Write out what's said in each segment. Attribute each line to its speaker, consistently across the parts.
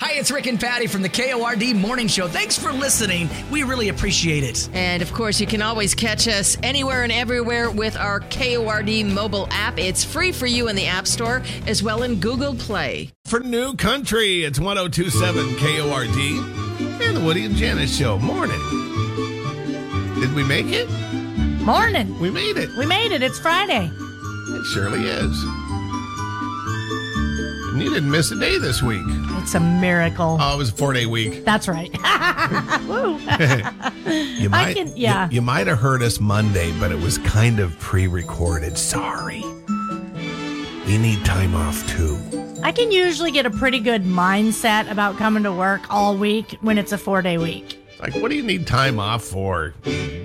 Speaker 1: Hey, it's Rick and Patty from the KORD Morning Show. Thanks for listening. We really appreciate it.
Speaker 2: And of course, you can always catch us anywhere and everywhere with our KORD mobile app. It's free for you in the App Store as well in Google Play.
Speaker 3: For New Country, it's 1027 KORD and the Woody and Janice Show. Morning. Did we make it?
Speaker 4: Morning.
Speaker 3: We made it.
Speaker 4: We made it. It's Friday.
Speaker 3: It surely is. And you didn't miss a day this week.
Speaker 4: It's a miracle.
Speaker 3: Oh, it was a four day week.
Speaker 4: That's right. Woo.
Speaker 3: You
Speaker 4: I can- yeah.
Speaker 3: You, you might have heard us Monday, but it was kind of pre recorded. Sorry. We need time off too.
Speaker 4: I can usually get a pretty good mindset about coming to work all week when it's a four day week.
Speaker 3: It's like, what do you need time off for?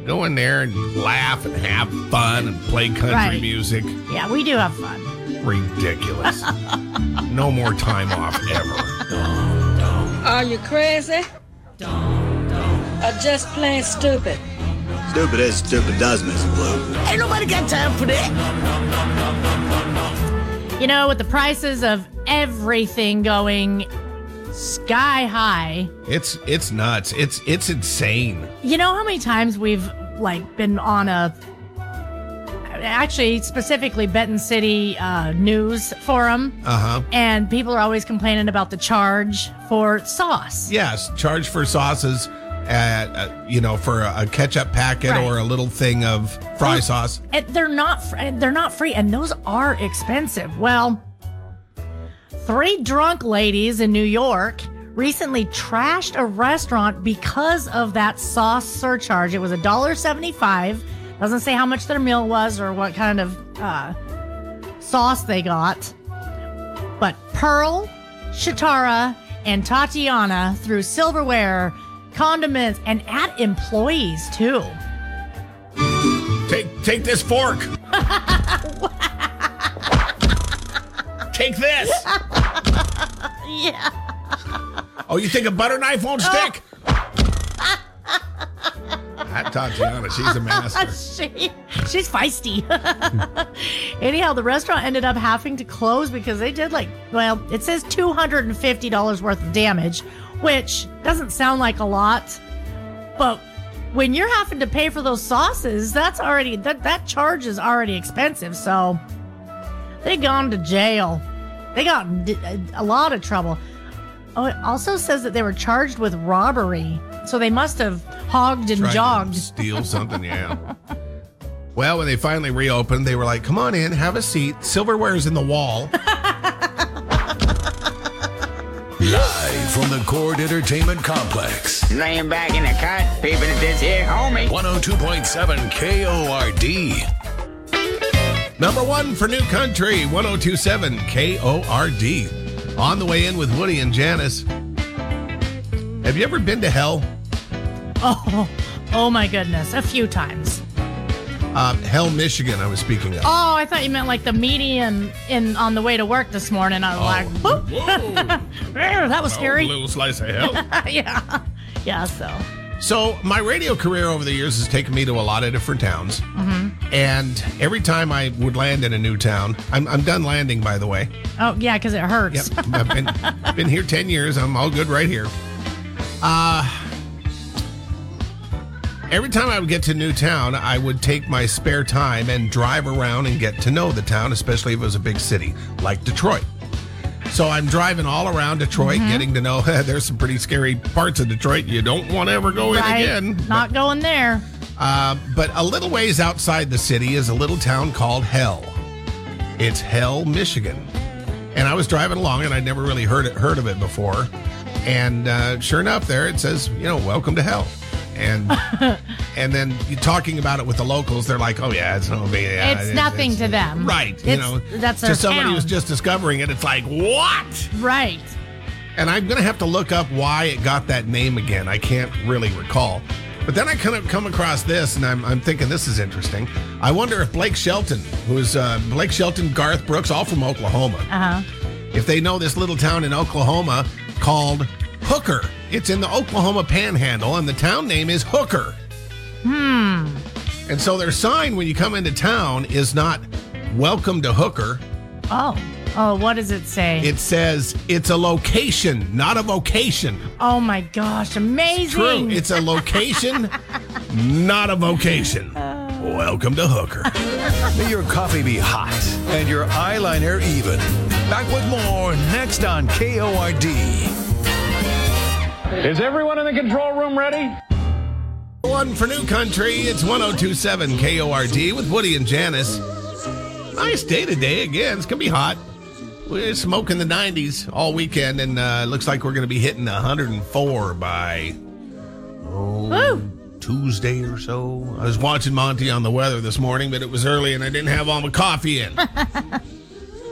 Speaker 3: Go in there and laugh and have fun and play country
Speaker 4: Right.
Speaker 3: music.
Speaker 4: Yeah, we do have fun.
Speaker 3: Ridiculous. no more time off ever.
Speaker 5: Are you crazy? Or just plain stupid?
Speaker 6: Stupid as stupid does, Miss Blue.
Speaker 4: Ain't nobody got time for that. You know, with the prices of everything going sky high,
Speaker 3: It's it's nuts. It's it's insane.
Speaker 4: You know how many times we've like been on a actually specifically Benton City uh, news forum,
Speaker 3: Uh huh.
Speaker 4: and people are always complaining about the charge for sauce.
Speaker 3: Yes, charge for sauces. At, uh, you know, for a, a ketchup packet
Speaker 4: Right.
Speaker 3: or a little thing of fry sauce.
Speaker 4: And they're not fr- and they're not free, and those are expensive. Well, three drunk ladies in New York recently trashed a restaurant because of that sauce surcharge. It was a dollar seventy-five. Doesn't say how much their meal was or what kind of uh, sauce they got, but Pearl, Shatara, and Tatiana threw silverware, condiments, and at employees too.
Speaker 3: Take take this fork. take this.
Speaker 4: Yeah.
Speaker 3: Oh, you think a butter knife won't stick? That Tatiana, she's a master.
Speaker 4: she, she's feisty. Anyhow, the restaurant ended up having to close because they did like, well, it says $250 worth of damage, which doesn't sound like a lot, but when you're having to pay for those sauces, that's already that that charge is already expensive. So they gone to jail. They got in d- a lot of trouble. Oh, it also says that they were charged with robbery. So they must have hogged and
Speaker 3: Trying to
Speaker 4: jogged.
Speaker 3: steal something, yeah. Well, when they finally reopened, they were like, "Come on in, have a seat. Silverware's in the wall."
Speaker 7: Live from the Cord Entertainment Complex,
Speaker 8: Laying back in the cot, peeping at this here homie.
Speaker 7: 102.7 KORD.
Speaker 3: Number one for New Country, 1027 KORD. On the way in with Woody and Janice. Have you ever been to hell?
Speaker 4: Oh, oh my goodness. A few times.
Speaker 3: Uh, hell, Michigan, I was speaking of.
Speaker 4: Oh, I thought you meant like the median in on the way to work this morning. I was like,
Speaker 3: Oh.
Speaker 4: Whoop. "Rrr, that was scary.
Speaker 3: little slice of hell.
Speaker 4: yeah. Yeah, so.
Speaker 3: So my radio career over the years has taken me to a lot of different towns, and every time I would land in a new town, I'm, I'm done landing by the way.
Speaker 4: Oh, yeah, because it hurts.
Speaker 3: I've been, been here ten years. I'm all good right here. Uh, every time I would get to a new town, I would take my spare time and drive around and get to know the town, especially if it was a big city like Detroit. So I'm driving all around Detroit,
Speaker 4: Mm-hmm.
Speaker 3: getting to know there's some pretty scary parts of Detroit you don't want to ever go
Speaker 4: Right?
Speaker 3: in again.
Speaker 4: Not going there.
Speaker 3: Uh, but a little ways outside the city is a little town called Hell. It's Hell, Michigan. And I was driving along and I'd never really heard it, heard of it before. And uh, sure enough, there it says, you know, welcome to Hell. And and then you talking about it with the locals, they're like, oh yeah, it's no big. yeah,
Speaker 4: It's nothing to them.
Speaker 3: Right. you
Speaker 4: It's-
Speaker 3: know,
Speaker 4: that's
Speaker 3: to
Speaker 4: their
Speaker 3: somebody
Speaker 4: town.
Speaker 3: who's just discovering it, it's like what?
Speaker 4: Right.
Speaker 3: And I'm gonna have to look up why it got that name again. I can't really recall. But then I kind of come across this, and I'm, I'm thinking this is interesting. I wonder if Blake Shelton, who is uh, Blake Shelton, Garth Brooks, all from Oklahoma,
Speaker 4: Uh huh.
Speaker 3: if they know this little town in Oklahoma called Hooker. It's in the Oklahoma Panhandle, and the town name is Hooker. Hmm. And so their sign when you come into town is not "Welcome to Hooker."
Speaker 4: Oh, Oh, what does it say?
Speaker 3: It says it's a location, not a vocation.
Speaker 4: oh my gosh, amazing.
Speaker 3: True. It's a location, not a vocation. Welcome to Hooker.
Speaker 7: May your coffee be hot and your eyeliner even. Back with more next on KORD.
Speaker 9: Is everyone in the control room ready?
Speaker 3: One for New Country. It's 1027 KORD with Woody and Janice. Nice day today again. It's going to be hot. We're smoking the 90s all weekend, and uh, looks like we're going to be hitting 104 by oh,
Speaker 4: Woo.
Speaker 3: Tuesday or so. I was watching Monty on the weather this morning, but it was early and I didn't have all my coffee in.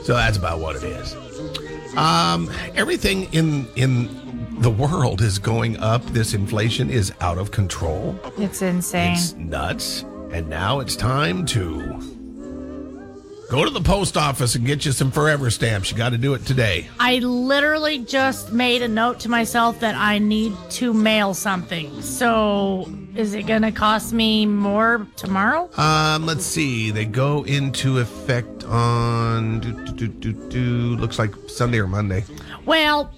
Speaker 3: so that's about what it is. Um, everything in in the world is going up. This inflation is out of control.
Speaker 4: It's insane.
Speaker 3: It's nuts. And now it's time to go to the post office and get you some forever stamps. You got to do it today.
Speaker 4: I literally just made a note to myself that I need to mail something. So, is it going to cost me more tomorrow?
Speaker 3: Um, let's see. They go into effect on do, do, do, do, do, looks like Sunday or Monday.
Speaker 4: Well,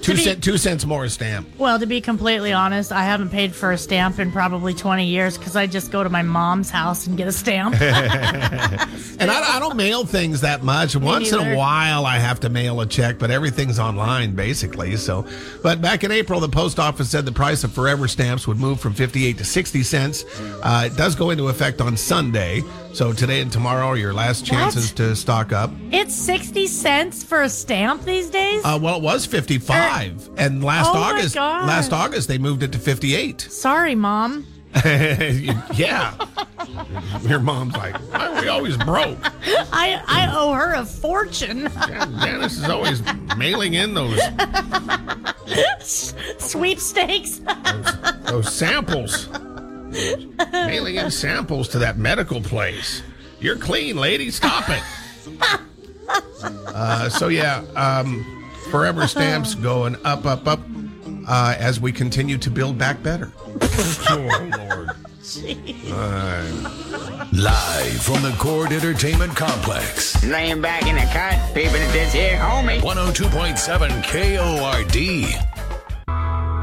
Speaker 3: Two
Speaker 4: be-
Speaker 3: cent, two cents more a stamp.
Speaker 4: well, to be completely honest, I haven't paid for a stamp in probably 20 years cuz I just go to my mom's house and get a stamp.
Speaker 3: And I, I don't mail things that much. Once in
Speaker 4: neither.
Speaker 3: a while, I have to mail a check, but everything's online basically. So, but back in April, the post office said the price of forever stamps would move from 58 to 60 cents. Uh, it does go into effect on Sunday. So today and tomorrow are your last chances to stock up.
Speaker 4: it's 60 cents for a stamp these days?
Speaker 3: Uh, well, it was 55, and last
Speaker 4: Oh my
Speaker 3: August,
Speaker 4: gosh.
Speaker 3: last August they moved it to 58.
Speaker 4: Sorry, mom.
Speaker 3: yeah. Your mom's like, why are we always broke?
Speaker 4: I I owe her a fortune.
Speaker 3: Janice is always mailing in those
Speaker 4: Sweepstakes.
Speaker 3: those samples. mailing in samples to that medical place. You're clean, lady. Stop it. uh, so yeah, um, forever stamps going up, up, up uh, as we continue to build back better. oh Lord.
Speaker 7: Live from the Cord Entertainment Complex.
Speaker 8: Laying back in the cot, peeping at this here homie.
Speaker 7: 102.7 KORD.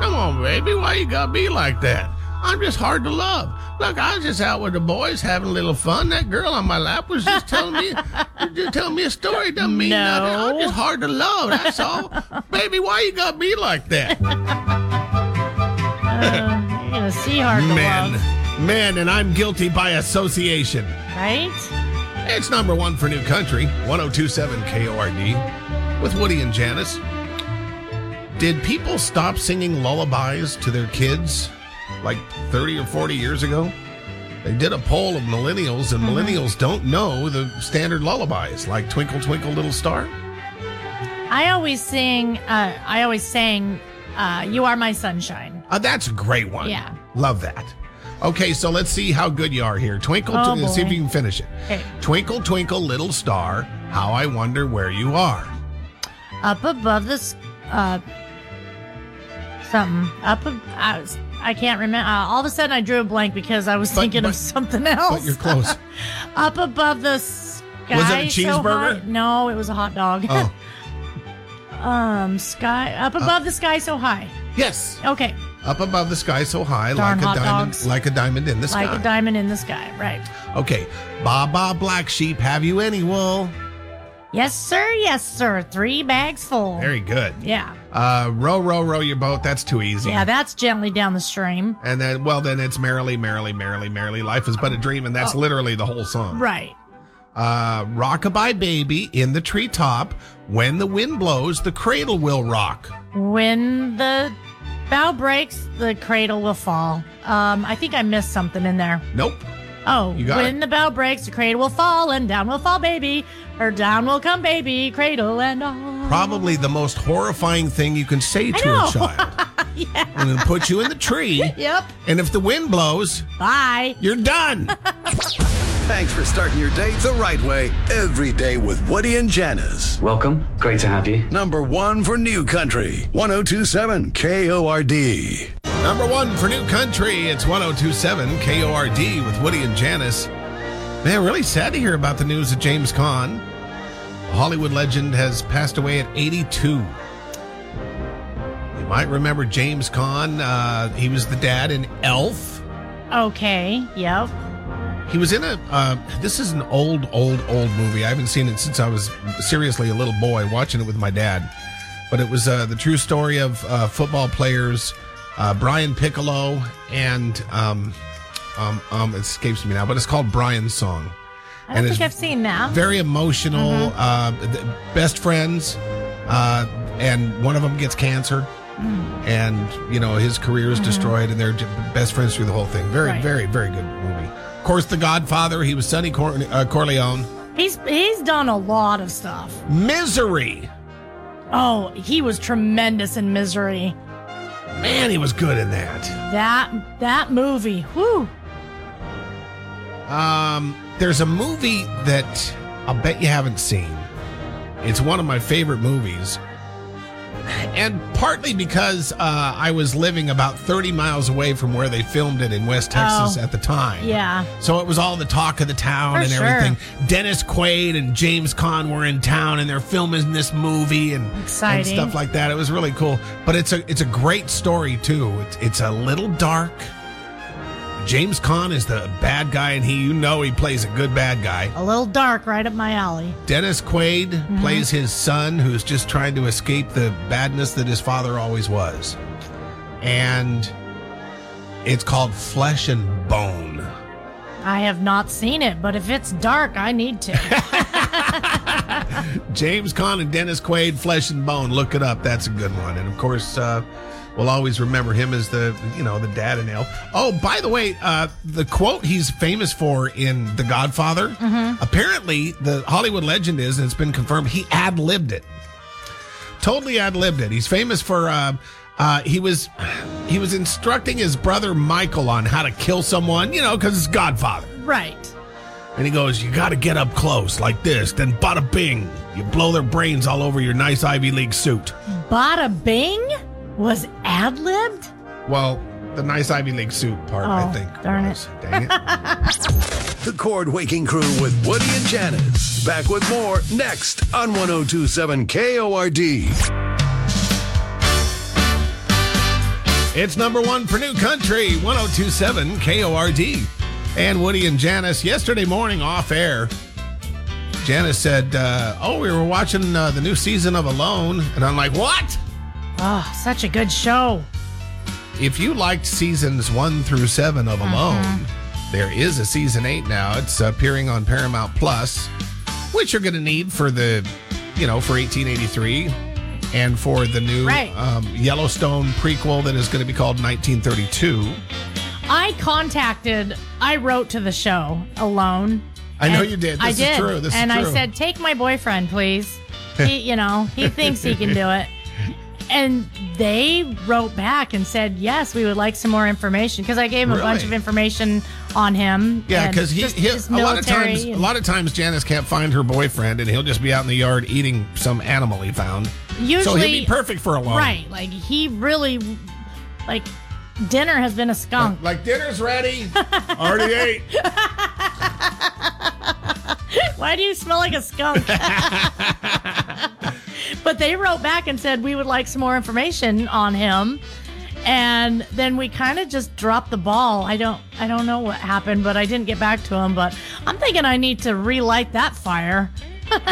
Speaker 3: Come on, baby. Why you gotta be like that? I'm just hard to love. Look, I was just out with the boys having a little fun. That girl on my lap was just telling me, just telling me a story. Doesn't mean nothing. I'm
Speaker 4: No.
Speaker 3: just hard to love. That's all. baby, why you gotta be like that?
Speaker 4: You're going to see hard to love,
Speaker 3: men, and I'm guilty by association.
Speaker 4: right?
Speaker 3: It's number one for New Country, 1027 KORD, with Woody and Janice. Did people stop singing lullabies to their kids like 30 or 40 years ago? They did a poll of millennials, and millennials don't know the standard lullabies like Twinkle, Twinkle, Little Star.
Speaker 4: I always sing uh I always sang uh You Are My Sunshine.
Speaker 3: Uh, that's a great one.
Speaker 4: Yeah.
Speaker 3: Love that. Okay, so let's see how good you are here. Twinkle,
Speaker 4: Oh,
Speaker 3: twinkle see if
Speaker 4: boy.
Speaker 3: you can finish it.
Speaker 4: Okay.
Speaker 3: Twinkle, twinkle, little star, how I wonder where you are.
Speaker 4: up above this uh something up ab- I, was, I can't remember uh, all of a sudden i drew a blank because i was
Speaker 3: But-
Speaker 4: thinking
Speaker 3: but-
Speaker 4: of something
Speaker 3: But you're
Speaker 4: else
Speaker 3: close.
Speaker 4: up above the sky
Speaker 3: Was it a
Speaker 4: so
Speaker 3: cheeseburger?
Speaker 4: high- no it was a hot dog
Speaker 3: oh, Uh.
Speaker 4: um sky up above the sky so high
Speaker 3: yes.
Speaker 4: okay
Speaker 3: Up above the sky so high,
Speaker 4: Darn
Speaker 3: like a
Speaker 4: hot
Speaker 3: diamond,
Speaker 4: dogs.
Speaker 3: like a diamond in the sky.
Speaker 4: like a diamond in the sky right
Speaker 3: okay, ba ba black sheep, have you any wool?
Speaker 4: yes sir yes sir three bags full
Speaker 3: Very good.
Speaker 4: yeah
Speaker 3: Uh, row, row, row your boat. That's too easy.
Speaker 4: yeah that's gently down the stream
Speaker 3: And then, well, then it's merrily, merrily, merrily, merrily. Life is but a dream, and
Speaker 4: Oh.
Speaker 3: that's literally the whole song.
Speaker 4: right
Speaker 3: Uh, rockabye baby in the treetop. When the wind blows, the cradle will rock.
Speaker 4: When the bow breaks, the cradle will fall. Um, I think I missed something in there.
Speaker 3: Nope.
Speaker 4: Oh,
Speaker 3: You got
Speaker 4: when
Speaker 3: it.
Speaker 4: the bow breaks, the cradle will fall, and down will fall, baby, or down will come, baby, cradle and all.
Speaker 3: Probably the most horrifying thing you can say to a
Speaker 4: know.
Speaker 3: child. And then put you in the tree.
Speaker 4: Yep.
Speaker 3: And if the wind blows,
Speaker 4: Bye.
Speaker 3: you're done.
Speaker 7: Thanks for starting your day the right way every day with Woody and Janice.
Speaker 9: Welcome. Great to have you.
Speaker 7: Number one for New Country, 1027 KORD.
Speaker 3: Number one for New Country, it's 1027 KORD with Woody and Janice. Man, really sad to hear about the news of James Caan. Hollywood legend has passed away at 82. You might remember James Caan. Uh, he was the dad in Elf.
Speaker 4: Okay. Yep.
Speaker 3: He was in a. Uh, this is an old, old, old movie. I haven't seen it since I was seriously a little boy watching it with my dad. But it was uh, the true story of uh, football players uh, Brian Piccolo and um, um, um, it escapes me now, but it's called Brian's Song.
Speaker 4: I
Speaker 3: And
Speaker 4: don't think
Speaker 3: it's
Speaker 4: I've seen that.
Speaker 3: Very emotional. Uh, th- best friends, uh, and one of them gets cancer, and you know his career is destroyed, and they're j- best friends through the whole thing. Very,
Speaker 4: Right.
Speaker 3: very, very good movie. Of course, The Godfather. He was Sonny Cor- uh, Corleone.
Speaker 4: He's he's done a lot of stuff.
Speaker 3: Misery.
Speaker 4: Oh, he was tremendous in Misery.
Speaker 3: Man, he was good in that.
Speaker 4: That that movie. Whew.
Speaker 3: Um, there's a movie that I'll bet you haven't seen. It's one of my favorite movies. And partly because uh, I was living about 30 miles away from where they filmed it in West Texas
Speaker 4: Oh,
Speaker 3: at the time.
Speaker 4: yeah.
Speaker 3: So it was all the talk of the town
Speaker 4: For
Speaker 3: and
Speaker 4: sure.
Speaker 3: everything. Dennis Quaid and James Caan were in town and they're filming this movie and, and
Speaker 4: Exciting.
Speaker 3: stuff like that. It was really cool. But it's a it's a great story too. It's, it's a little dark. James Caan is the bad guy and he you know he plays a good bad guy.
Speaker 4: A little dark right up my alley.
Speaker 3: Dennis Quaid plays his son who's just trying to escape the badness that his father always was. And it's called Flesh and Bone.
Speaker 4: I have not seen it, but if it's dark, I need to.
Speaker 3: James Caan and Dennis Quaid, Flesh and Bone. Look it up. That's a good one. And of course, uh, we'll always remember him as the you know the dad in Elf. Oh, by the way, uh, the quote he's famous for in The Godfather. Apparently, the Hollywood legend is, and it's been confirmed, he ad libbed it. Totally ad libbed it. He's famous for. Uh, uh, he was he was instructing his brother Michael on how to kill someone, you know, because it's Godfather.
Speaker 4: right.
Speaker 3: And he goes, You gotta get up close like this, then bada bing. You blow their brains all over your nice Ivy League suit.
Speaker 4: Bada Bing was ad libbed?
Speaker 3: Well, the nice Ivy League suit part, I
Speaker 4: Oh,
Speaker 3: think.
Speaker 4: darn it.
Speaker 3: was. Dang it.
Speaker 7: The Cord Waking Crew with Woody and Janice. Back with more next on 1027 KORD.
Speaker 3: It's number one for New Country, 1027 KORD. And Woody and Janice, yesterday morning off air, Janice said, uh, Oh, we were watching uh, the new season of Alone. And I'm like, What?
Speaker 4: Oh, such a good show.
Speaker 3: If you liked seasons one through seven of
Speaker 4: Uh-huh.
Speaker 3: Alone, there is a season eight now. It's appearing on Paramount Plus, which you're going to need for the, you know, for 1883 and for the new
Speaker 4: Right.
Speaker 3: um, Yellowstone prequel that is going to be called 1932.
Speaker 4: I contacted, I wrote to the show alone.
Speaker 3: I know
Speaker 4: And
Speaker 3: you did. This
Speaker 4: I
Speaker 3: is
Speaker 4: did.
Speaker 3: true. This is
Speaker 4: and
Speaker 3: true.
Speaker 4: I said, take my boyfriend, please. He, you know, he thinks he can do it. And they wrote back and said, yes, we would like some more information because I gave him a bunch
Speaker 3: Really?
Speaker 4: of information on him.
Speaker 3: Yeah,
Speaker 4: and
Speaker 3: because he,
Speaker 4: just
Speaker 3: he
Speaker 4: his
Speaker 3: a lot of
Speaker 4: military
Speaker 3: times, a
Speaker 4: and-
Speaker 3: lot of times Janice can't find her boyfriend, and he'll just be out in the yard eating some animal he found. so he'd
Speaker 4: Usually-
Speaker 3: be perfect for Alone.
Speaker 4: Right. Like he really, like, dinner has been a skunk.
Speaker 3: Like dinner's ready. Already ate.
Speaker 4: Why do you smell like a skunk? but they wrote back and said we would like some more information on him. And then we kind of just dropped the ball. I don't I don't know what happened, but I didn't get back to him, but I'm thinking I need to relight that fire.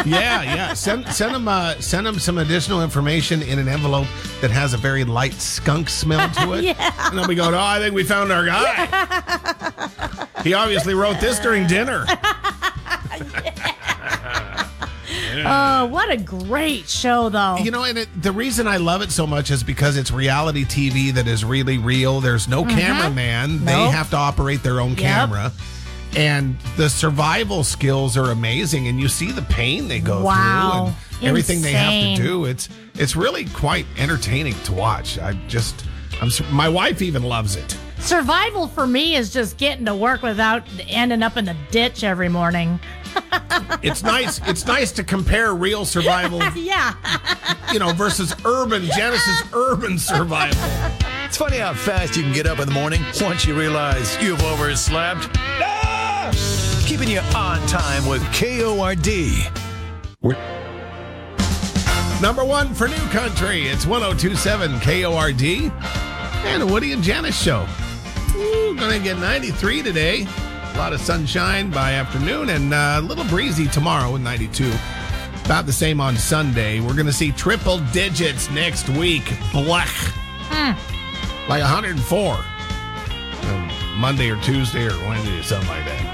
Speaker 3: yeah, yeah. Send send them uh, send them some additional information in an envelope that has a very light skunk smell to it. yeah. And then we go, oh, I think we found our guy. he obviously wrote this during dinner.
Speaker 4: Oh, what a great show though.
Speaker 3: You know, and it, the reason I love it so much is because it's reality TV that is really real. There's no cameraman. They
Speaker 4: Mm-hmm. Nope.
Speaker 3: have to operate their own camera. And the survival skills are amazing and you see the pain they go
Speaker 4: Wow.
Speaker 3: through and everything they have
Speaker 4: Insane.
Speaker 3: to do. It's it's really quite entertaining to watch. I just I'm sur- my wife even loves it.
Speaker 4: Survival for me is just getting to work without ending up in the ditch every morning.
Speaker 3: It's nice it's nice to compare real survival,
Speaker 4: Yeah.
Speaker 3: you know, versus urban Genesis urban survival.
Speaker 7: It's funny how fast you can get up in the morning once you realize you've overslept. Ah! Keeping you on time with KORD.
Speaker 3: Number one for New Country, it's 1027 KORD and the Woody and Janice Show. Ooh, gonna get 93 today. A lot of sunshine by afternoon and uh, a little breezy tomorrow with 92. About the same on Sunday. We're gonna see triple digits next week. Blech. Like 104. Um, Monday or Tuesday or Wednesday or something like that.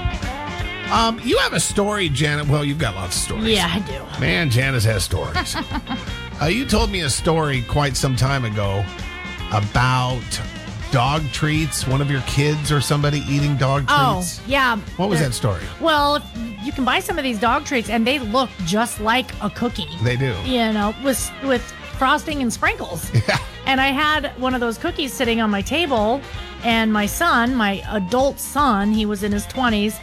Speaker 3: Um, you have a story, Janet. Well, you've got lots of stories.
Speaker 4: Yeah, I do.
Speaker 3: Man, Janice has stories. uh, you told me a story quite some time ago about dog treats, one of your kids or somebody eating dog
Speaker 4: Oh,
Speaker 3: treats.
Speaker 4: yeah.
Speaker 3: What was
Speaker 4: They're-
Speaker 3: that story?
Speaker 4: Well, you can buy some of these dog treats, and they look just like a cookie.
Speaker 3: They do.
Speaker 4: You know, with with frosting and sprinkles. And I had one of those cookies sitting on my table, and my son, my adult son, he was in his twenties,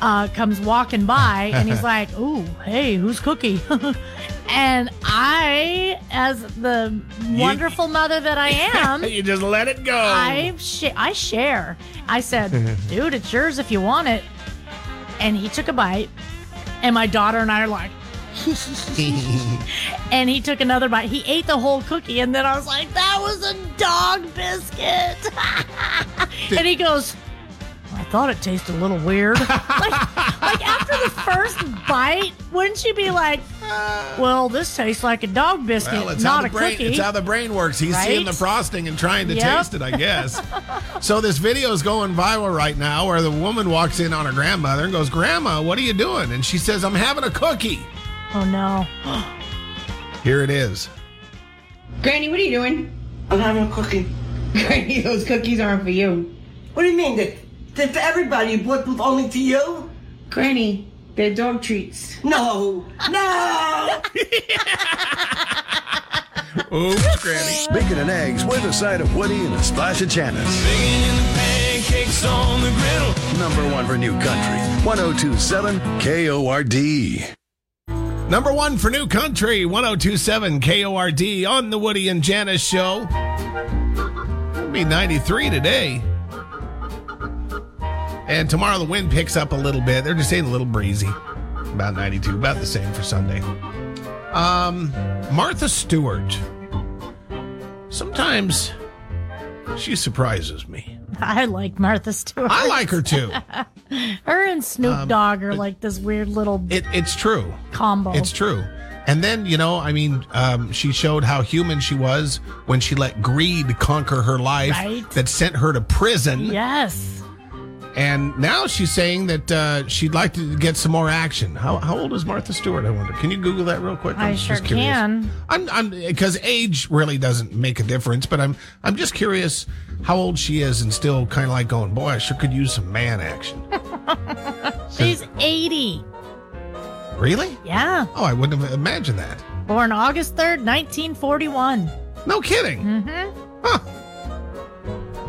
Speaker 4: uh, comes walking by, and he's like, "Ooh, hey, who's cookie?" and I, as the wonderful mother that I am,
Speaker 3: You just let it go.
Speaker 4: I sh- I share. I said, "Dude, it's yours if you want it." And he took a bite, and my daughter and I are like, and he took another bite. He ate the whole cookie, and then I was like, "That was a dog biscuit." and he goes, "I thought it tasted a little weird." like, like after the first bite, wouldn't you be like, "Well, this tastes like a dog biscuit,
Speaker 3: well, it's how
Speaker 4: not
Speaker 3: the
Speaker 4: a
Speaker 3: brain,
Speaker 4: cookie."
Speaker 3: It's how the brain works. He's seeing
Speaker 4: Right?
Speaker 3: the frosting and trying to
Speaker 4: Yep.
Speaker 3: taste it, I guess. so this video is going viral right now, where the woman walks in on her grandmother and goes, "Grandma, what are you doing?" And she says, "I'm having a cookie."
Speaker 4: oh no.
Speaker 3: Here it is.
Speaker 10: Granny, what are you doing? I'm having a cookie. Granny, those cookies aren't for you. What do you mean? They're, they're for everybody, but only to you? Granny, they're dog treats. No! No!
Speaker 3: Oops, Granny.
Speaker 7: Bacon and eggs with a side of Woody and a splash of Janice.
Speaker 9: Pancakes on the griddle.
Speaker 7: Number one for New Country, 1027 KORD.
Speaker 3: Number one for New Country, 1027 KORD on the Woody and Janice Show. It'll be 93 today. And tomorrow the wind picks up a little bit. They're just saying a little breezy. About 92, about the same for Sunday. Um, Martha Stewart. Sometimes she surprises me.
Speaker 4: I like Martha Stewart.
Speaker 3: I like her too.
Speaker 4: her and Snoop Dogg are like this weird little
Speaker 3: Um, It, it's true.
Speaker 4: combo.
Speaker 3: It's true. And then, you know, I mean, um, she showed how human she was when she let greed conquer her life
Speaker 4: Right.
Speaker 3: that sent her to prison.
Speaker 4: yes.
Speaker 3: And now she's saying that uh, she'd like to get some more action. How, how old is Martha Stewart, I wonder? Can you Google that real quick?
Speaker 4: I sure can.
Speaker 3: I'm, I'm, because age really doesn't make a difference, but I'm, I'm just curious how old she is and still kind of like going, boy, I sure could use some man action.
Speaker 4: She's 80.
Speaker 3: really?
Speaker 4: Yeah.
Speaker 3: Oh, I wouldn't have imagined that.
Speaker 4: Born August 3rd, 1941.
Speaker 3: No kidding. Mm-hmm. Huh.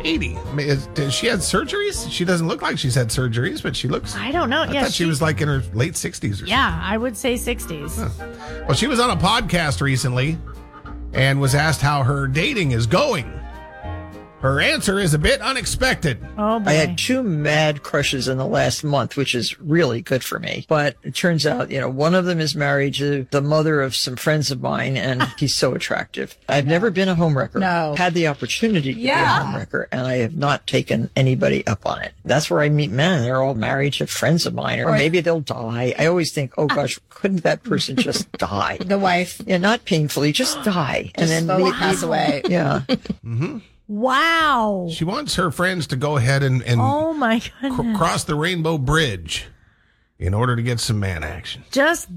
Speaker 3: 80. I mean, is, does she had surgeries? She doesn't look like she's had surgeries, but she looks.
Speaker 4: I don't know.
Speaker 3: I
Speaker 4: yeah,
Speaker 3: thought she, was like in her late 60s or
Speaker 4: Yeah, I would say 60s.
Speaker 3: something. Well, she was on a podcast recently and was asked how her dating is going. Her answer is a bit unexpected.
Speaker 4: Oh, boy.
Speaker 11: I had two mad crushes in the last month, which is really good for me. But it turns out, you know, one of them is married to the mother of some friends of mine, and he's so attractive. I've never been a homewrecker.
Speaker 2: No.
Speaker 11: Had the opportunity to be a homewrecker, and I have not taken anybody up on it. That's where I meet men. They're all married to friends of mine, or maybe they'll die. I always think, oh gosh, couldn't that person just die?
Speaker 10: The wife.
Speaker 11: Yeah, not painfully, just die. and then
Speaker 10: slowly
Speaker 11: we-
Speaker 10: pass away.
Speaker 11: Yeah.
Speaker 4: wow.
Speaker 3: She wants her friends to go ahead and, and
Speaker 4: Oh, my
Speaker 3: cr-
Speaker 4: goodness.
Speaker 3: cross the Rainbow Bridge in order to get some man action.
Speaker 4: Just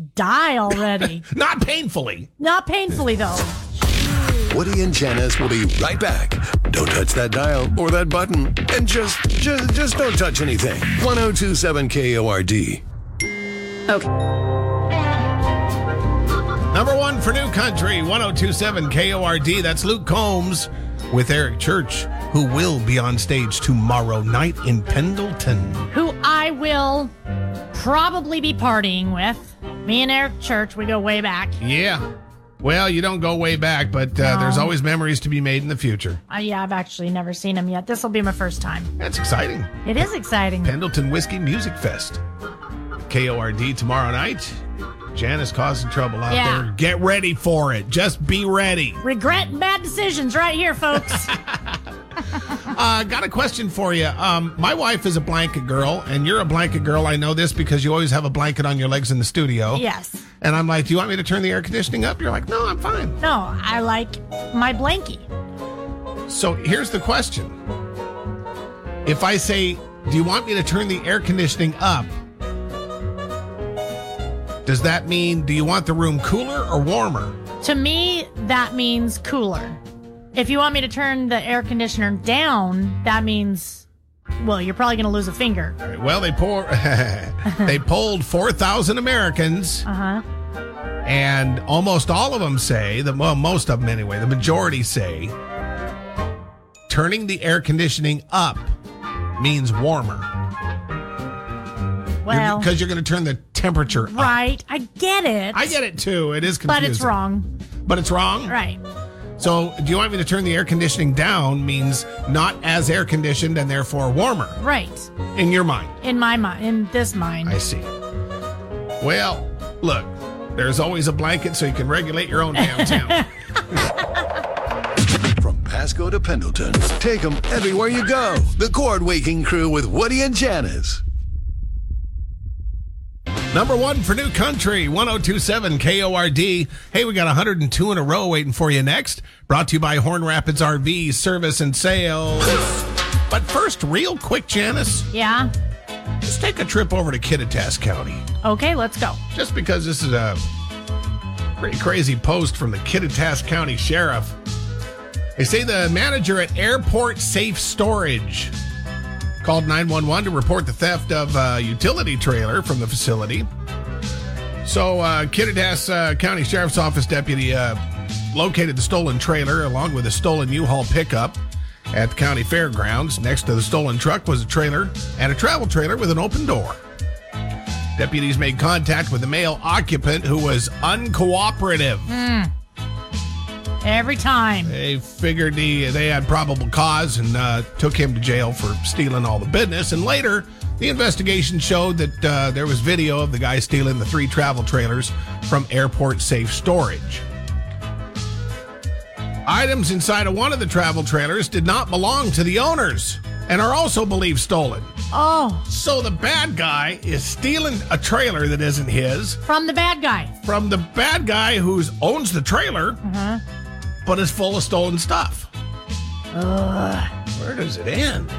Speaker 4: die already.
Speaker 3: Not painfully.
Speaker 4: Not painfully, though.
Speaker 7: Woody and Janice will be right back. Don't touch that dial or that button, and just, just, just don't touch anything. 1027 KORD.
Speaker 3: Number one oh for New Country, 1027 KORD. That's Luke Combs with Eric Church, who will be on stage tomorrow night in Pendleton.
Speaker 4: Who I will probably be partying with. Me and Eric Church, we go way back.
Speaker 3: Yeah. Well, you don't go way back, but uh, there's always memories to be made in the future.
Speaker 4: Uh, yeah, I've actually never seen him yet. This will be my first time.
Speaker 3: That's exciting.
Speaker 4: It is exciting.
Speaker 3: Pendleton Whiskey Music Fest. KORD tomorrow night. Janice causing trouble out
Speaker 4: Yeah.
Speaker 3: there. Get ready for it. Just be ready.
Speaker 4: Regret and bad decisions right here, folks.
Speaker 3: Uh, got a question for you. Um, my wife is a blanket girl, and you're a blanket girl. I know this because you always have a blanket on your legs in the studio.
Speaker 4: yes.
Speaker 3: And I'm like, do you want me to turn the air conditioning up? You're like, no, I'm fine.
Speaker 4: No, I like my blankie.
Speaker 3: So here's the question. If I say, do you want me to turn the air conditioning up? Does that mean, do you want the room cooler or warmer?
Speaker 4: To me, that means cooler. If you want me to turn the air conditioner down, that means, well, you're probably going to lose a finger.
Speaker 3: Well, they pour, they polled 4,000 Americans.
Speaker 4: Uh huh.
Speaker 3: And almost all of them say, the, well, most of them anyway, the majority say, turning the air conditioning up means warmer.
Speaker 4: Well,
Speaker 3: Because you're, going to turn the temperature up.
Speaker 4: right. I get it.
Speaker 3: I get it too. It is confusing.
Speaker 4: But it's wrong.
Speaker 3: But it's wrong?
Speaker 4: Right.
Speaker 3: So, do you want me to turn the air conditioning down means not as air conditioned and therefore warmer
Speaker 4: Right.
Speaker 3: in your mind?
Speaker 4: In my mind, in this mind.
Speaker 3: I see. Well, look, there's always a blanket so you can regulate your own damn temp.
Speaker 7: Pasco to Pendleton. Take them everywhere you go. The Cord Waking Crew with Woody and Janice.
Speaker 3: Number one oh for New Country, 1027 KORD. Hey, we got 102 in a row waiting for you next. Brought to you by Horn Rapids RV Service and Sales. but first, real quick, Janice,
Speaker 4: Yeah.
Speaker 3: let's take a trip over to Kittitas County.
Speaker 4: Okay, let's go.
Speaker 3: Just because this is a pretty crazy post from the Kittitas County Sheriff. They say the manager at Airport Safe Storage called 911 to report the theft of a utility trailer from the facility. So, uh, Kittitas uh, County Sheriff's Office deputy uh, located the stolen trailer along with a stolen U Haul pickup at the county fairgrounds. Next to the stolen truck was a trailer and a travel trailer with an open door. Deputies made contact with the male occupant who was uncooperative.
Speaker 4: Mm. Every time.
Speaker 3: They figured he, they had probable cause and uh, took him to jail for stealing all the business. And later, the investigation showed that uh, there was video of the guy stealing the three travel trailers from airport safe storage. Items inside of one of the travel trailers did not belong to the owners and are also believed stolen.
Speaker 4: Oh.
Speaker 3: So the bad guy is stealing a trailer that isn't his
Speaker 4: From the bad guy.
Speaker 3: from the bad guy who owns the trailer,
Speaker 4: Uh
Speaker 3: but is full of stolen stuff.
Speaker 4: huh. Ugh.
Speaker 3: Where does it end?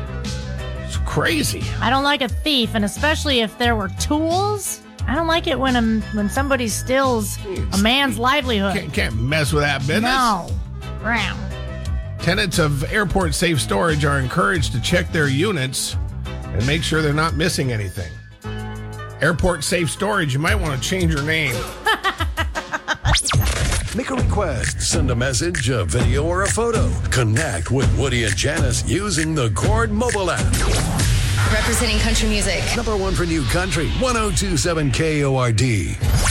Speaker 3: It's crazy.
Speaker 4: I don't like a thief, and especially if there were tools. I don't like it when a, when somebody steals a man's livelihood.
Speaker 3: Can't, can't mess with that business.
Speaker 4: No, round.
Speaker 3: Tenants of airport safe storage are encouraged to check their units and make sure they're not missing anything. Airport safe storage, you might want to change your name.
Speaker 7: Make a request, send a message, a video, or a photo. Connect with Woody and Janice using the Cord mobile app.
Speaker 12: Representing country music.
Speaker 7: oh Number one for New Country, 1027 KORD.